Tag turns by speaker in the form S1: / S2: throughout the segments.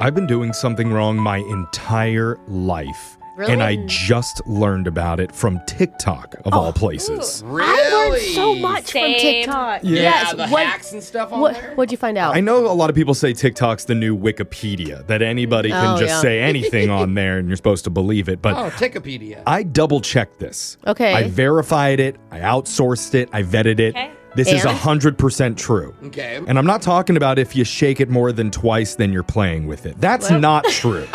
S1: I've been doing something wrong my entire life. And I
S2: Really? Oh.
S1: just learned about it from TikTok, of all places.
S3: Really?
S2: I learned so much from
S4: Same.
S2: TikTok.
S1: Yeah,
S3: Yeah,
S2: yes.
S3: the
S2: what,
S3: hacks and stuff on
S2: what,
S3: there.
S2: what'd you find out?
S1: I know a lot of people say TikTok's the new Wikipedia, that anybody can
S2: Oh,
S1: just
S2: yeah.
S1: say anything on there and you're supposed to believe it. But
S3: Oh, Wikipedia.
S1: I double checked this.
S2: Okay.
S1: I verified it, I outsourced it, I vetted it.
S4: Okay.
S1: This is
S2: And?
S1: 100% true.
S3: Okay.
S1: And I'm not talking about if you shake it more than twice, then you're playing with it. That's not true.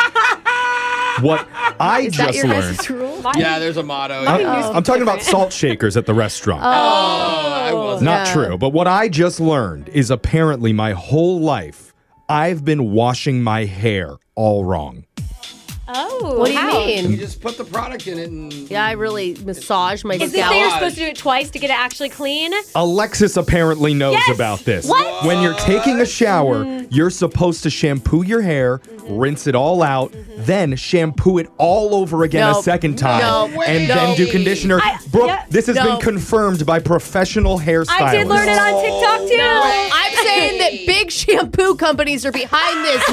S1: what I
S2: Is that
S1: just
S2: your
S1: learned.
S2: guys' rule?
S4: My-
S3: Yeah, there's a motto.
S1: I'm,
S4: Oh.
S3: yeah.
S1: I'm talking about salt shakers at the restaurant.
S3: Oh, I wasn't.
S1: Not
S2: Yeah.
S1: true. But what I just learned is apparently my whole life I've been washing my hair all wrong.
S4: Oh.
S2: What do you
S4: how?
S3: You
S2: mean?
S3: just put the product in it and.
S2: Yeah, I really massage my
S4: Is this that
S2: scalp.
S4: you're
S3: Gosh.
S4: supposed to do it twice to get it actually clean?
S1: Alexis apparently knows
S4: Yes!
S1: about this.
S4: What? Mm-hmm.
S1: When you're taking a shower, you're supposed to shampoo your hair, rinse it all out,
S4: Mm-hmm.
S1: then shampoo it all over again a
S2: Nope.
S1: second time,
S2: No
S1: and
S3: way.
S1: then do
S3: No.
S1: conditioner.
S4: I-
S1: Brooke,
S4: yeah.
S1: this has been
S2: Nope.
S1: confirmed by professional hairstylists.
S4: I did learn it on TikTok too.
S2: I'm saying that big shampoo companies are behind this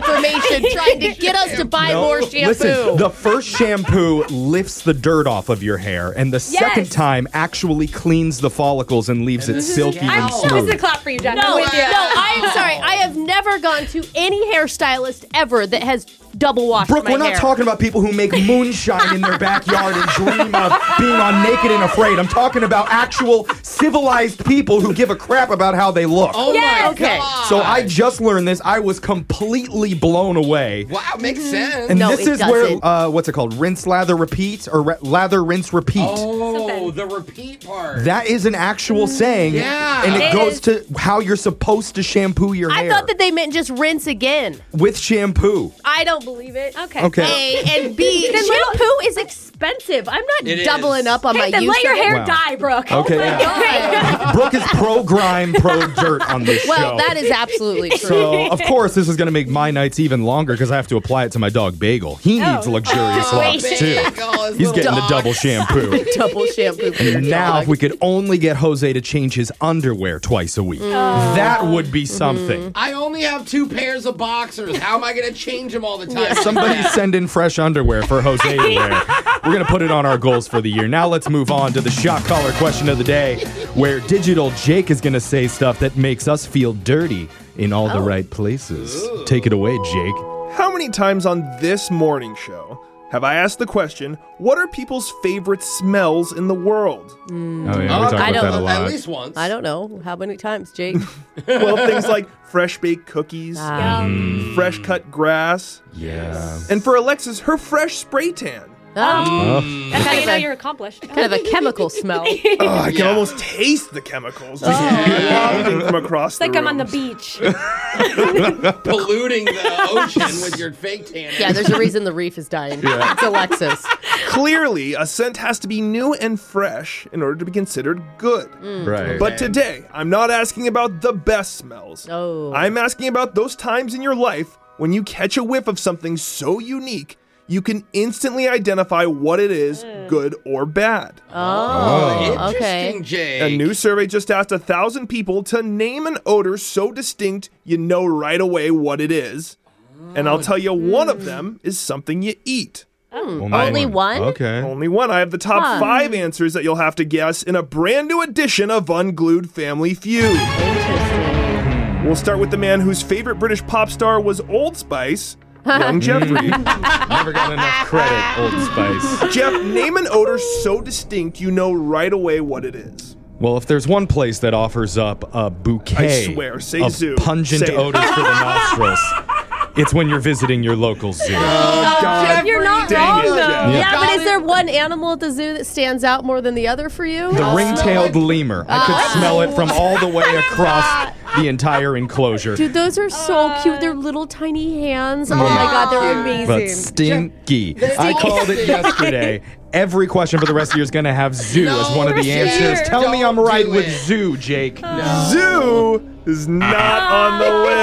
S2: misinformation, trying to get us to buy
S1: No.
S2: more shampoo.
S1: Listen, the first shampoo lifts the dirt off of your hair, and the second time actually cleans the follicles and leaves it
S2: Mm-hmm.
S1: silky
S4: I'm
S1: and
S4: so this is a
S1: smooth.
S4: clap for you, Jack.
S2: No,
S4: I'm
S2: no,
S4: with you.
S2: I am sorry. I have never gone to any hairstylist ever that has double washed
S1: Brooke,
S2: my
S1: we're not
S2: hair.
S1: talking about people who make moonshine in their backyard and dream of being on Naked and Afraid. I'm talking about actual civilized people who give a crap about how they look.
S3: Oh
S4: Yes.
S3: my
S2: Okay.
S3: god.
S1: so I just learned this. I was completely blown away.
S3: Wow, makes
S2: Mm-hmm.
S3: sense.
S1: And
S2: No,
S1: this
S2: it
S1: is where,
S2: doesn't.
S1: uh, what's it called? Rinse, lather, repeat, or ra- lather, rinse, repeat.
S3: oh, the repeat part.
S1: That is an actual saying.
S3: Yeah.
S1: And it,
S4: It
S1: goes
S4: is.
S1: to how you're supposed to shampoo your
S2: I
S1: hair
S2: thought that they meant just rinse again.
S1: with shampoo.
S2: I don't believe it.
S4: Okay.
S1: Okay.
S2: A and B.
S4: Then let-
S2: shampoo is expensive. I'm not
S3: It
S2: doubling
S3: is.
S2: up on
S4: Hey,
S2: my
S4: then
S2: use
S4: let your
S2: of it.
S4: hair
S1: Wow.
S4: die, Oh Brooke.
S1: Okay. yeah. Brooke is pro grime, pro dirt on this
S2: Well,
S1: show.
S2: that is absolutely true.
S1: So, of course, this is going to make my nights even longer because I have to apply it to my dog Bagel. He
S4: Oh.
S1: needs luxurious
S2: Oh,
S1: locks,
S3: Big,
S1: too.
S3: all his
S1: He's
S3: little
S1: getting the
S3: dogs.
S1: double shampoo.
S2: Double shampoo. for your
S1: now,
S2: dog.
S1: if we could only get Jose to change his underwear twice a week,
S2: Oh.
S1: that would be something.
S3: I only have two pairs of boxers. How am I going to change them all the time?
S1: Somebody send in fresh underwear for Jose to wear. We're going to put it on our goals for the year. Now let's move on to the shock collar question of the day, where digital Jake is going to say stuff that makes us feel dirty in all
S2: Oh.
S1: the right places. Take it away, Jake. Oh,
S5: How many times on this morning show have I asked the question, what are people's favorite smells in the world?
S1: Oh, yeah, we talk
S2: Mm. I
S1: about
S2: don't-
S1: that a
S3: At
S1: lot.
S3: least once.
S2: I don't know how many times, Jake.
S5: well, things like fresh baked cookies,
S4: Um,
S5: fresh cut grass,
S1: Yeah.
S5: and for Alexis, her fresh spray tan.
S2: Um,
S1: Oh.
S4: that's how you
S2: Kind
S4: know
S2: of a-
S4: you're accomplished.
S2: kind of a chemical smell.
S5: Oh, I can
S3: Yeah.
S5: almost taste the chemicals just wafting from across
S4: It's like
S5: the
S4: I'm on the
S5: room.
S4: beach.
S3: Polluting the ocean with your fake tan.
S2: Yeah, there's a reason the reef is dying. It's Alexis.
S5: Clearly, a scent has to be new and fresh in order to be considered good.
S4: Mm.
S1: Right.
S5: But today, I'm not asking about the best smells.
S2: Oh.
S5: I'm asking about those times in your life when you catch a whiff of something so unique, you can instantly identify what it is, good or bad.
S2: Oh, okay.
S3: Interesting, Jay.
S5: A new survey just asked a thousand people to name an odor so distinct you know right away what it is. And I'll tell you, one of them is something you eat.
S1: oh, Well, my-
S2: Only one?
S1: Okay.
S5: Only one. I have the top
S2: Huh.
S5: five answers that you'll have to guess in a brand new edition of Unglued Family Feud.
S2: Interesting.
S5: We'll start with the man whose favorite British pop star was Old Spice, Young Jeffrey.
S1: Never got enough credit, Old Spice.
S5: Jeff, name an odor so distinct you know right away what it is.
S1: Well, if there's one place that offers up a bouquet
S5: I swear, say
S1: of
S5: zoo.
S1: pungent
S5: Say it.
S1: odors for the nostrils, it's when you're visiting your local zoo.
S5: Oh,
S2: Oh,
S5: Uh,
S2: Jeff, you're not
S5: Dang
S2: wrong,
S5: it,
S2: though.
S5: Jeff.
S2: Yeah,
S3: You
S2: but
S3: got
S2: is
S3: it.
S2: there one animal at the zoo that stands out more than the other for you?
S1: The ring-tailed lemur. I could
S2: Oh.
S1: smell it from all the way across the entire enclosure.
S2: Dude, those are so cute. They're little tiny hands. Oh my god, they're amazing.
S1: But stinky. I called it yesterday, Every question for the rest of the year is going to have zoo as one of the
S4: Sure.
S1: answers. Tell me I'm
S3: Don't
S1: right
S3: do
S1: with
S3: it.
S1: zoo, Jake. Uh,
S5: Zoo is not on the list.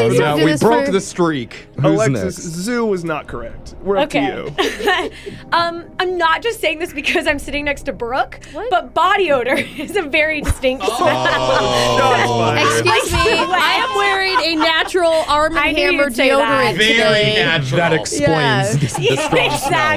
S2: Oh, Please
S1: no,
S2: don't do
S1: we
S2: this
S1: broke
S2: for-
S1: the streak. Who's next?
S5: Alexis, zoo was not correct. We're up to you.
S4: Okay. um, I'm not just saying this because I'm sitting next to Brooke,
S2: What?
S4: but body odor is a very distinct
S1: Oh.
S4: smell.
S5: Shots fired.
S2: Oh. Excuse me, I am wearing a natural Arm &
S4: I knew
S2: Hammer
S4: you'd say
S2: deodorant
S4: that.
S3: Very
S2: today.
S3: natural.
S1: That explains
S2: Yeah.
S1: this- the strong smell.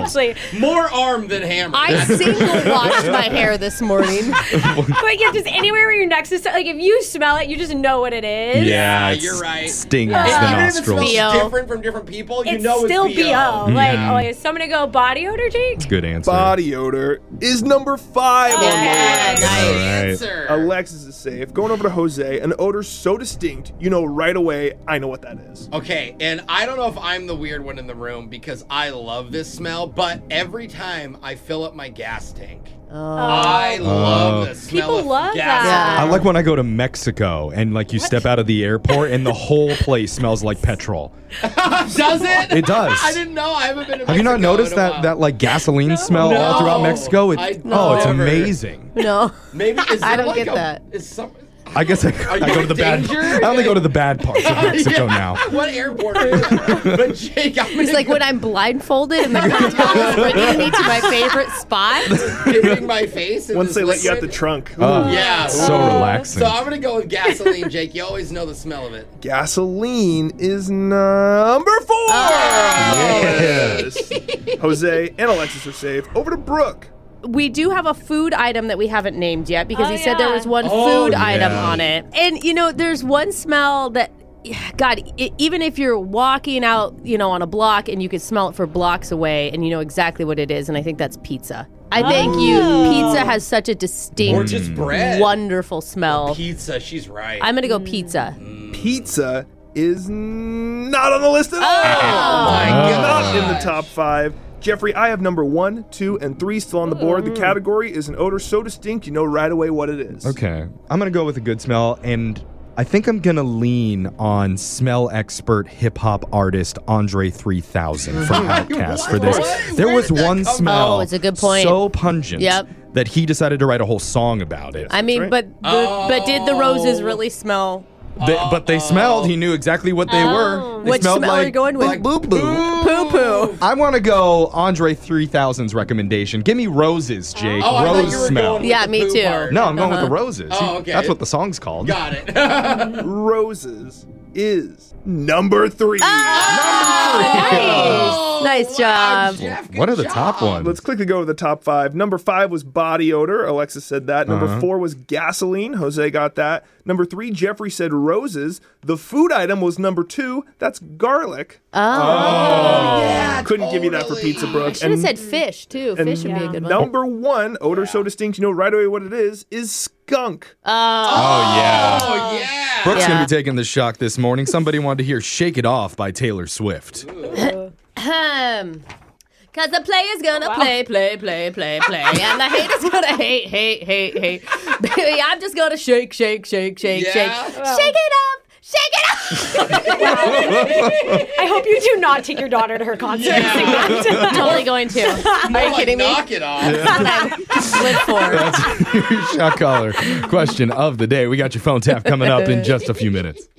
S4: exactly.
S3: More arm than hammer.
S2: I
S3: That's-
S2: single washed my hair this morning.
S4: But yeah, just anywhere where you're next to, like if you smell it, you just know what it is.
S1: Yeah,
S3: Yeah, you're
S1: it's-
S3: right.
S1: Stings
S3: And
S1: the
S3: even if it
S1: nostrils. Mm-hmm.
S2: BO.
S3: smells different from different people, you
S4: It's
S3: know it's
S4: still BO. Like,
S1: Yeah.
S4: oh, yeah, so I'm gonna go body odor, Jake?
S1: Good answer.
S5: Body odor is number five on the list.
S3: Yeah,
S2: Yes.
S3: nice
S1: Alright.
S3: answer.
S5: Alexis is safe. Going over to Jose, an odor so distinct, you know right away, I know what that is.
S3: Okay, and I don't know if I'm the weird one in the room because I love this smell, but every time I fill up my gas tank, I
S2: Oh.
S1: Uh,
S3: love the smell.
S4: People
S3: of
S4: love
S3: gas.
S4: that.
S1: I like when I go to Mexico and like you step out of the airport and the whole place smells like petrol.
S3: Does it?
S1: It does.
S3: I didn't know. I haven't been. To
S1: Have you not
S3: Mexico in
S1: noticed
S3: a
S1: that
S3: while.
S1: that like gasoline smell all
S3: No,
S1: throughout Mexico? It,
S3: I-
S1: oh, it's
S3: never.
S1: amazing.
S2: No.
S3: Maybe is
S2: I
S3: there
S2: don't
S3: like
S2: get
S3: a-
S2: that.
S3: Is some,
S1: I guess I, I
S3: you
S1: go to
S3: in
S1: the
S3: danger?
S1: bad. I only go to the bad parts of Mexico now.
S3: what airport? Are you at? but Jake, I'm
S2: It's like when I'm blindfolded and the cocktail is bringing me to my favorite spot.
S3: hitting my face. in
S5: Once
S3: this
S5: they let you out the
S3: liquid.
S5: trunk,
S1: Uh,
S5: ooh,
S3: Yeah.
S1: So
S3: ooh.
S1: relaxing.
S3: So I'm gonna go with gasoline, Jake. You always know the smell of it.
S5: gasoline is number four.
S3: Oh,
S5: Yes. Jose and Alexis are safe. Over to Brooke.
S2: We do have a food item that we haven't named yet because
S4: Oh,
S2: he said there
S4: yeah.
S2: was one
S3: Oh,
S2: food item
S1: yeah.
S2: on it. And you know, there's one smell that God, i even if you're walking out, you know, on a block and you can smell it for blocks away and you know exactly what it is and I think that's pizza. I think
S4: Oh.
S2: you pizza has such a
S3: Or
S2: distinct
S3: just bread.
S2: wonderful smell.
S3: pizza. She's right.
S2: I'm going to go
S4: Mm.
S2: pizza.
S5: Pizza is not on the list at all.
S3: oh my god.
S5: Not in the top five. Jeffrey, I have number one, two, and three still on the board. The
S3: Mm-hmm.
S5: category is an odor so distinct you know right away what it is.
S1: Okay. I'm going to go with a good smell, and I think I'm going to lean on smell expert hip hop artist Andre 3000 from Outkast for this.
S3: What?
S1: There
S3: Where
S1: was
S3: did that
S1: one
S3: come
S1: smell
S2: Oh, it's a good point.
S1: so pungent
S2: Yep.
S1: that he decided to write a whole song about it.
S2: I mean,
S5: right.
S2: but the, but did the roses
S3: Oh.
S2: really smell
S1: They- but they smelled. He knew exactly what they
S3: Oh.
S1: were. They
S2: Which
S1: smelled
S2: smell are
S1: like,
S2: you going with?
S1: Like boo boo.
S2: poo poo?
S1: I want to go Andre 3000's recommendation. Give me roses, Jake.
S3: Oh, I thought
S1: Rose
S3: you were
S1: smell.
S3: going with
S2: Yeah,
S3: the
S2: me
S3: poo
S2: too.
S3: part.
S1: no, I'm going with the roses.
S3: Oh, okay.
S1: That's what the song's called.
S3: Got it.
S5: Roses is number three.
S3: Ah!
S4: Oh,
S2: Nice
S3: wow,
S2: job.
S3: Jeff, good
S1: What are the top
S3: job.
S1: ones?
S5: Let's quickly go over the top five. Number five was body odor. Alexis said that. Number four was gasoline. Jose got that. Number three, Jeffrey said roses. The food item was number two. That's garlic.
S3: Oh.
S5: Oh.
S3: Yeah,
S5: Couldn't give you that for
S3: totally.
S5: pizza, Brooke.
S2: Should have said fish too. Fish would be a good one.
S5: number one, odor so distinct you know right away what it is, is skunk.
S1: oh yeah.
S3: Oh yeah.
S1: Brooke's
S2: Yeah.
S1: gonna be taking the shock this morning. Somebody wanted to hear "Shake It Off" by Taylor Swift.
S2: Um, Cause the player's gonna play, play, play, play, play, and the hater's gonna hate, hate, hate, hate. Baby, I'm just gonna shake, shake, shake, shake,
S3: Yeah.
S2: shake, shake it up, shake it up.
S4: I hope you do not take your daughter to her concert.
S3: Yeah.
S2: totally going to. Are
S3: More
S2: you
S3: like
S2: kidding me?
S3: Knock it off.
S2: Live for.
S1: That's your shock collar question of the day. We got your phone tap coming up in just a few minutes.